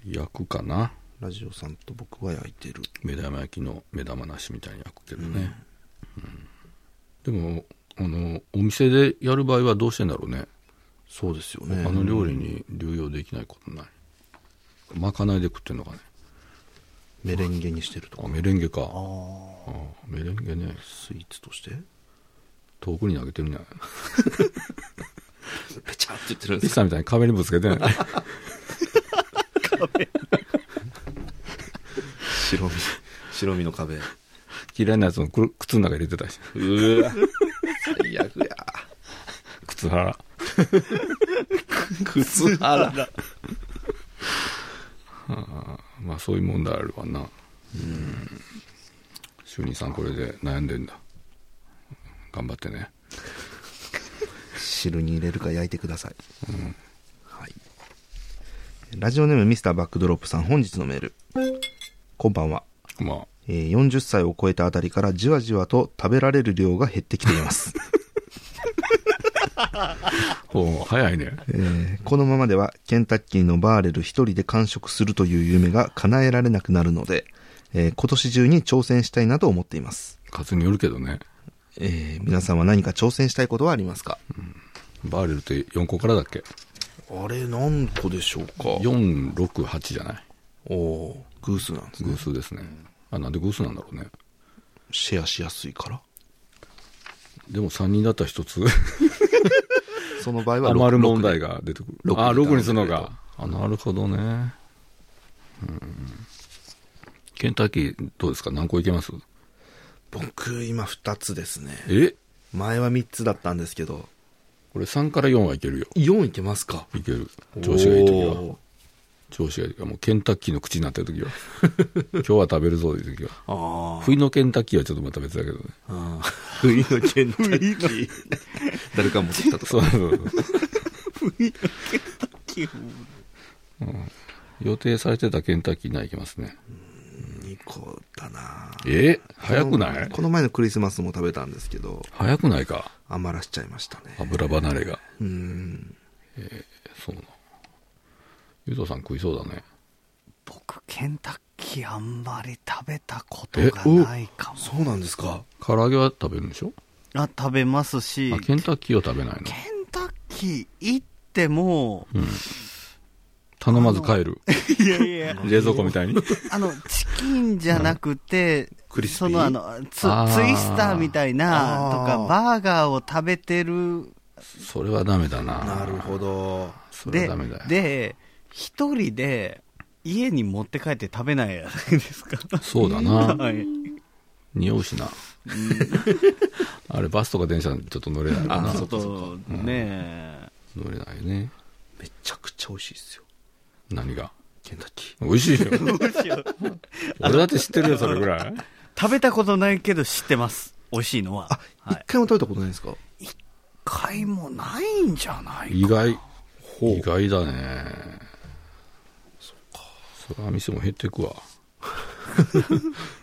焼くかなラジオさんと僕は焼いてる目玉焼きの目玉なしみたいに焼くけどね、うんでもあのお店でやる場合はどうしてんだろうねそうですよね他の料理に流用できないことないまかないで食ってんのかねメレンゲにしてるとあかメレンゲかあーメレンゲねスイーツとして遠くに投げてるねペチャって言ってるんでリすサみたいに壁にぶつけてない白身白身の壁う嫌いなやつもくる靴の中入れてたしわ最悪や靴腹靴腹まあそういう問題あるわなうん主任さんこれで悩んでんだ頑張ってね汁に入れるか焼いてください、はいラジオネームミスターバックドロップさん本日のメールこんばんは、まあえー40歳を超えたあたりからじわじわと食べられる量が減ってきています、おう早いねえーこのままではケンタッキーのバーレル一人で完食するという夢が叶えられなくなるので、えー今年中に挑戦したいなと思っています、数によるけどねえー皆さんは何か挑戦したいことはありますか、バーレルって4個からだっけあれ何個でしょうか468じゃないおおー偶数なんですね偶数ですねあなんで偶数なんだろうねシェアしやすいからでも3人だったら1つ その場合は余る問題が出てくる六であ6にするのかあなるほどねうんケンタッキーどうですか何個いけます僕今2つですねえ前は3つだったんですけどこれ3から4はいけるよ4いけますかいける調子がいい時おはー調子がいい時はもうケンタッキーの口になってる時は 今日は食べるぞという時はあ冬のケンタッキーはちょっとまた別だけどねあ冬のケンタッキー誰か持ってきたとそうそうそうキュ予定されてたケンタッキーには行きますね2個だなえ早くなこのいこの前のクリスマスも食べたんですけど早くないか余らしちゃいましたね油離れがうんそうなゆうとさん食いそうだね僕ケンタッキーあんまり食べたことえがおないかもそうなんですか唐揚げは食べるんでしょあ食べますしあケンタッキーは食べないのケンタッキー行っても、頼まず帰るいやいや、冷蔵庫みたい にあの、チキンじゃなくて、クリスピーそのあのツ、ツイあースターみたいな、とあかー、バーガーを食べてる、それはダメだななるほどそれはダでメだよ、で、一人で、家に持って帰って食べないやないですか。そうだな はい。匂うしな あれバスとか電車ちょっと乗れないかなちょっと、ね乗れないねめちゃくちゃ美味しいですよ何がケンタッキ ー美味しいよ俺だって知ってるよそれぐらい食べたことないけど知ってます。美味しいのは。一、はい。回も食べたことないですか買いもないんじゃない意外意外だねそっかそれは店も減ってくわ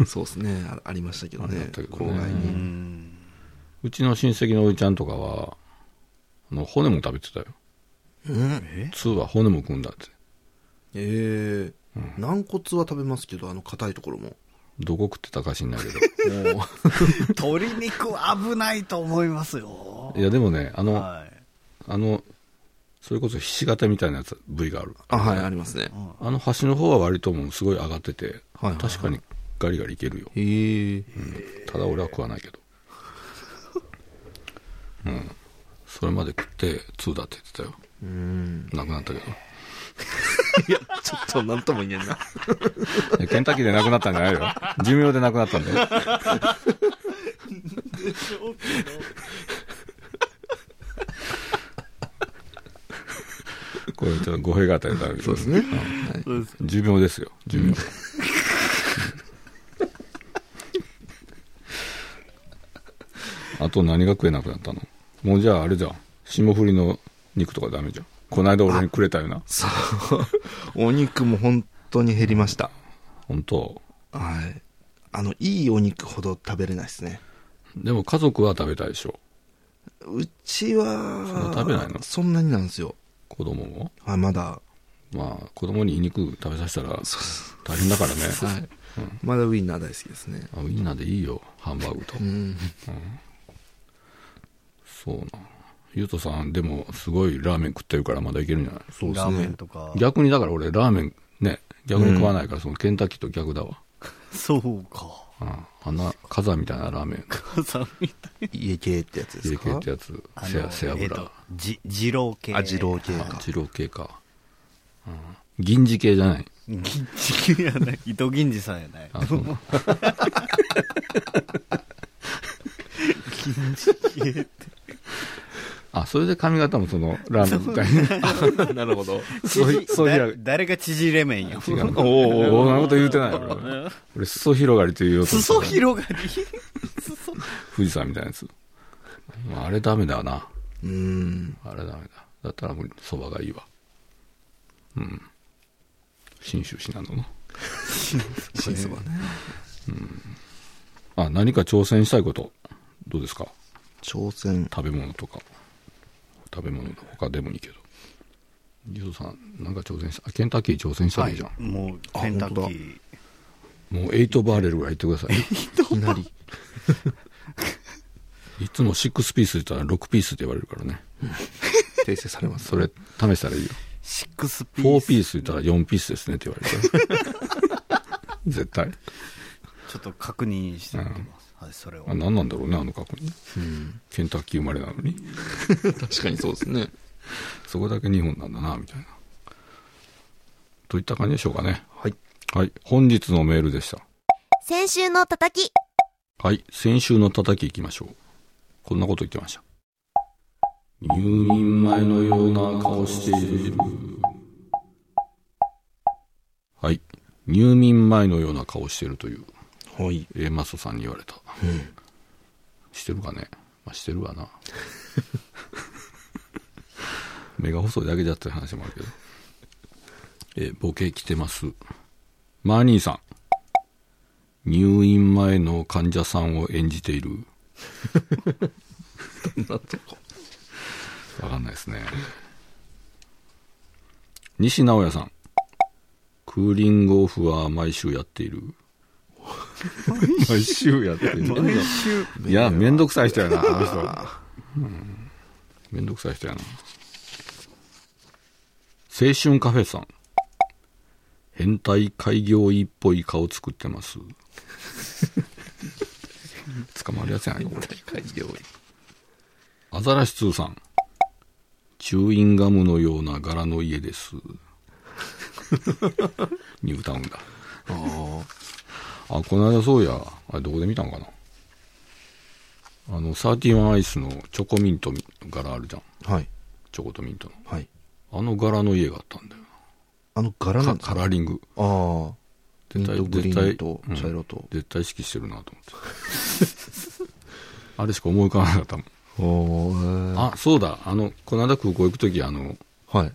そうですねあありましたけどありねましたけど郊ね外にうちの親戚のおじちゃんとかはあの骨も食べてたようん通は骨も食うんだってえー軟骨は食べますけどあの硬いところもどこ食ってたか知んないけど鶏肉危ないと思いますよ。いやでもねあの、はい。あのそれこそひし形みたいなやつ部位がある あはいありますねあの端の方は割ともうすごい上がってて、はいはい確かにガリガリいけるよへえただ俺は食わないけどうんそれまで食って2だって言ってたようんなくなったけどちょっとなんとも言えんないやケンタッキーでなくなったんじゃないよ寿命でなくなったんだよこれちょっと語弊があったりだけどそうですね、そうです。寿命ですよ寿命、あと何が食えなくなったのもうじゃああれじゃん霜降りの肉とかダメじゃんこないだ俺にくれたよなそうお肉も本当に減りました本当はいあのいいお肉ほど食べれないですねでも家族は食べたいでしょうちはそんな食べないのそんなになんですよ子供もはいまだまあ子供に肉食べさせたらそうです大変だからねはい、まだウインナー大好きですねあウインナーでいいよハンバーグとうんそうなゆうとさんでもすごいラーメン食ってるからまだいけるんじゃないそうですラーメねンとか。逆にだから俺ラーメンね逆に食わないからそのケンタッキーと逆だわ、そう か。うん、あんな火山みたいなラーメンさみたい家系ってやつです家か系ってやつ背な。背えっ脂と、じ、二郎系。あ二郎系か二郎系か、うん、銀次系じゃない銀次系やない。伊藤銀次さんやない。あそう銀次系って。あそれで髪型もそのラーメンみたいな なるほどそう いそうだ広誰が縮れ麺や。が 違うおおおおそんなこと言うてないよ俺俺裾広がりって言うようとした裾ら広がり富士山みたいなやつまああれダメだよなうんあれダメだ。だったらもう蕎麦がいいわ。うん。信州信濃の。新そばねあ、何か挑戦したいこと。どうですか挑戦食べ物とか。食べ物の他でもいいけど。ゆうとさん、なんか挑戦した、あケンタッキー挑戦したらいいじゃん。もう、ケンタッキー。もう8バーレルぐらい言ってくださ いきなりい。いつも6ピースって言ったら6ピースって言われるからね。訂正されますそれ、試したらいいよ。シックスピー4ス。ピース言ったら4ピースですねって言われる から。絶対。ちょっと確認してみてます。はい、それをあ。何なんだろうね、あの過去に。ケンタッキー生まれなのに。確かにそうですねそこだけ日本なんだな、みたいな。といった感じでしょうかね。はいはい。本日のメールでした。先週の叩きはい。先週の叩き行きましょう。こんなこと言ってました。入院前のような顔している。はい。入眠前のような顔してるという、はい A マストさんに言われた。してるかねまあ、してるわな。 目が細いだけじゃって話もあるけど。えーボケ来てます。マーニーさん。入院前の患者さんを演じている。わかんないですね。西直也さん。クーリングオフは毎週やっている。 毎週やっている。毎週、いや、めんどくさい人やな、あの人。うんめんどくさい人やな。青春カフェさん。変態開業医っぽい顔作って ます。捕まるやつやないか、これ。アザラシ2さん。チューインガムのような柄の家です。 ニュータウンだ。ああ。この間そうや。あれ、どこで見たんかなあの、サーティワンアイスのチョコミントの柄あるじゃん。はいチョコとミントの。はいあの柄の家があったんだよあの柄なな。んかですカかラーリング。ああミン絶対トグリーンと絶対茶色と、絶対意識してるなと思って。 あれしか思い浮かばなかったもん。おーあ、そうだ。あの、この間空港行くとき、あの、はい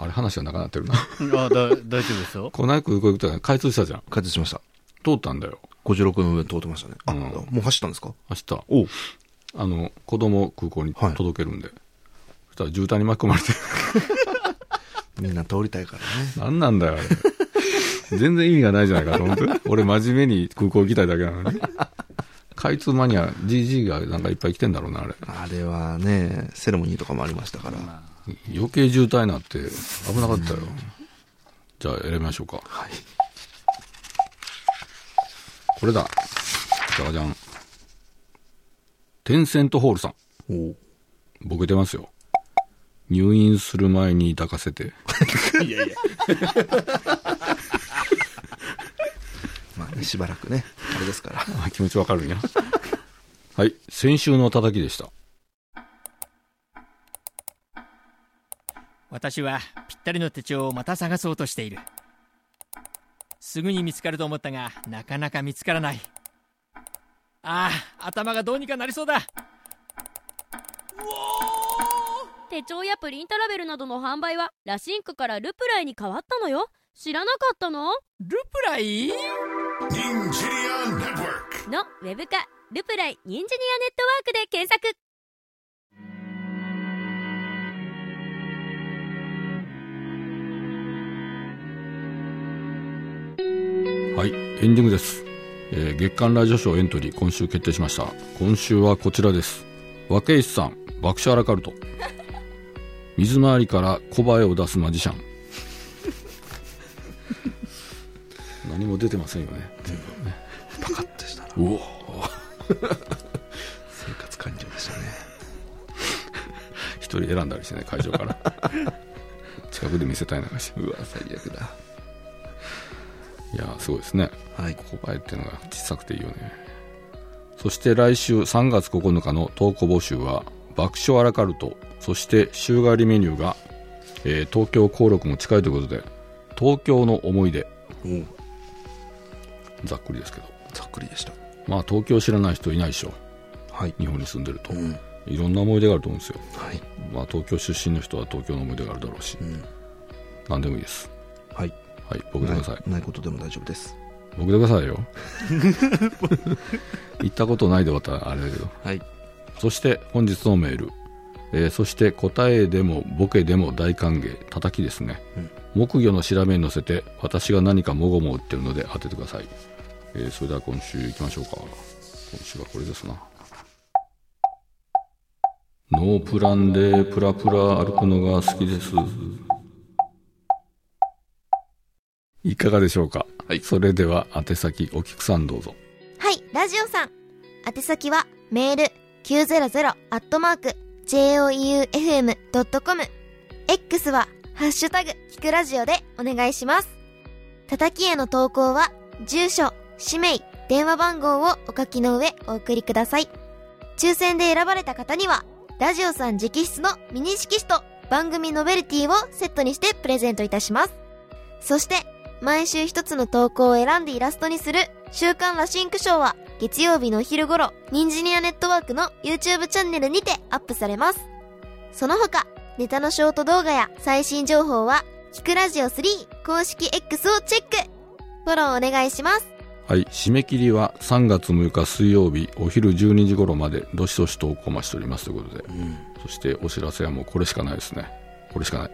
あれ話がなくなってるな。 あ、だ、大丈夫ですよ。この間空港行くとき、開通したじゃん。解説しました通ったんだよ。 56の部分通ってましたねあ、うんもう走ったんですか明日。おあの、子供空港にはい届けるんで。そしたら渋滞に巻き込まれて。 みんな通りたいからねなんなんだよ、あれ。全然意味がないじゃないかと思って。俺真面目に空港行きたいだけなのに。 開通マニア、GG がなんかいっぱい来てんだろうな、あれ。あれはねセレモニーとかもありましたから余計渋滞になって危なかったよ。じゃあ選びましょうか。はいこれだ。じゃがじゃん。テンセントホールさん。おボケてますよ。入院する前に抱かせて。 まあねしばらくねあれですからあ 気持ちわかるんや。はい。先週の叩きでした。私はぴったりの手帳をまた探そうとしているすぐに見つかると思ったがなかなか見つからないああ頭がどうにかなりそうだうおー手帳やプリントラベルなどの販売はラシンクからルプライに変わったのよ知らなかったのルプライ Ninjiria Network. のウェブ化ルプライニンジニアネットワークで検索はい、エンディングです。えー月刊ラジオショーエントリー今週決定しました。今週はこちらです。和石さん、爆笑アラカル ト。水回りから小映えを出すマジ シャン。何も出てませんよね。パカッとしたなうお生活環境でしたね一人選んだりしてね、会場 から。近くで見せたい流して。うわ最悪だいやー、すごいですね。はい小映えっていうのが小さくていいよね。そして来週3月9日の投稿募集は爆笑アラカルト、そして週替わりメニューが、えー東京高録も近いということで、東京の思い出、おうざっくりですけど。ざっくりでしたまあ東京知らない人いないでしょ。はい日本に住んでると。うんいろんな思い出があると思うんですよ。はいまあ東京出身の人は東京の思い出があるだろうし、うん何でもいいです。はいはい、僕でください。ないないことでも大丈夫です僕でください よ。行ったことないでまたあれだけど。はいそして本日のメール、えーそして答えでもボケでも大歓迎叩きですね、木魚の調べに乗せて私が何かもごもご言ってるので当ててください、えーそれでは今週行きましょうか今週はこれですなノープランでプラプラ歩くのが好きですいかがでしょうか、はい、それでは宛先お菊さんどうぞはい、ラジオさん。宛先は、メール、900-joeufm.com。X は、ハッシュタグ、キクラジオでお願いします。叩きへの投稿は、住所、氏名、電話番号をお書きの上お送りください。抽選で選ばれた方には、ラジオさん直筆のミニ色紙と番組ノベルティをセットにしてプレゼントいたします。そして、毎週一つの投稿を選んでイラストにする週刊ラシンク賞は月曜日のお昼頃、ニンジニアネットワークの YouTube チャンネルにてアップされます。その他、ネタのショート動画や最新情報は、キクラジオ3公式 X をチェックフォローお願いします。はい、締め切りは3月6日水曜日お昼12時頃までどしどし投稿待ちしておりますということで、そしてお知らせはもうこれしかないですねこれしかない、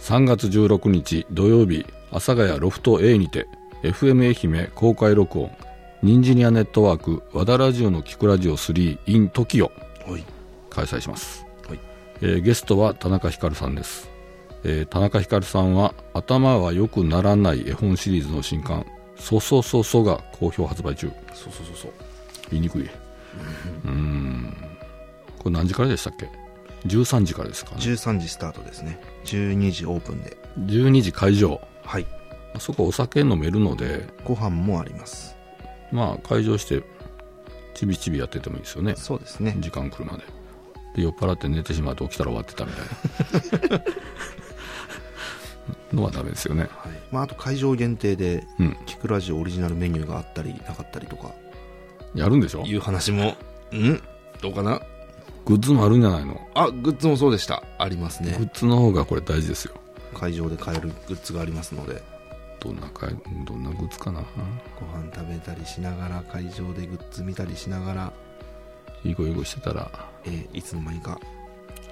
3月16日土曜日阿佐ヶ谷ロフト A にて FM 愛媛公開録音「ニンジニアネットワーク和田ラジオのキクラジオ 3inTOKIO」はい開催します、はいえーゲストは田中ひかるさんです、えー田中ひかるさんは頭は良くならない絵本シリーズの新刊「そそそそ」が好評発売中そうそうそうそう言いにくいうーんこれ何時からでしたっけ13時からですかね13時スタートですね12時オープンで12時会場はいあそこお酒飲めるのでご飯もありますまあ会場してちびちびやっててもいいですよねそうですね時間来るまでで酔っ払って寝てしまうと起きたら終わってたみたいな のはダメですよねはいまあ、あと会場限定でうんキクラジオオリジナルメニューがあったりなかったりとかやるんでしょいう話もうんどうかなグッズもあるんじゃないのあグッズもそうでしたありますグねッズの方がこれ大事ですよ会場で買えるグッズがありますのでどんなかいどんなグッズかなご飯食べたりしながら会場でグッズ見たりしながら、イゴイゴしてたらえーいつの間にか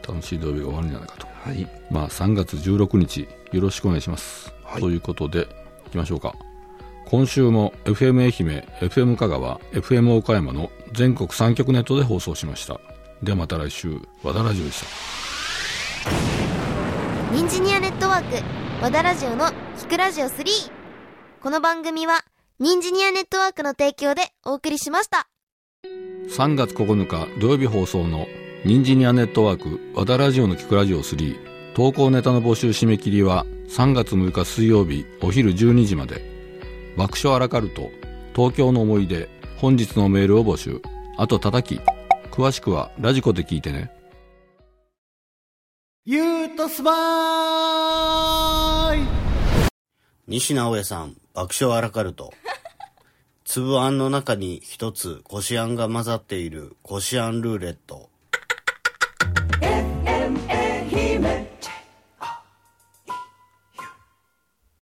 楽しい土曜日が終わるんじゃないかとはいまあ3月16日よろしくお願いします、はいということでいきましょうか今週も FM 愛媛 FM 香川 FM 岡山の全国3局ネットで放送しましたではまた来週和田ラジオでしたニンジニアネットワーク和田ラジオのキクラジオ3この番組はニンジニアネットワークの提供でお送りしました3月9日土曜日放送の「ニンジニアネットワーク和田ラジオの聞くラジオ3」投稿ネタの募集締め切りは3月6日水曜日お昼12時まで爆笑アラカルト東京の思い出本日のメールを募集あと叩き詳しくはラジコで聞いてねゆうとすばーい西直江さん、爆笑アラカル ト。粒あんの中に一つこしあんが混ざっているこしあんルーレット。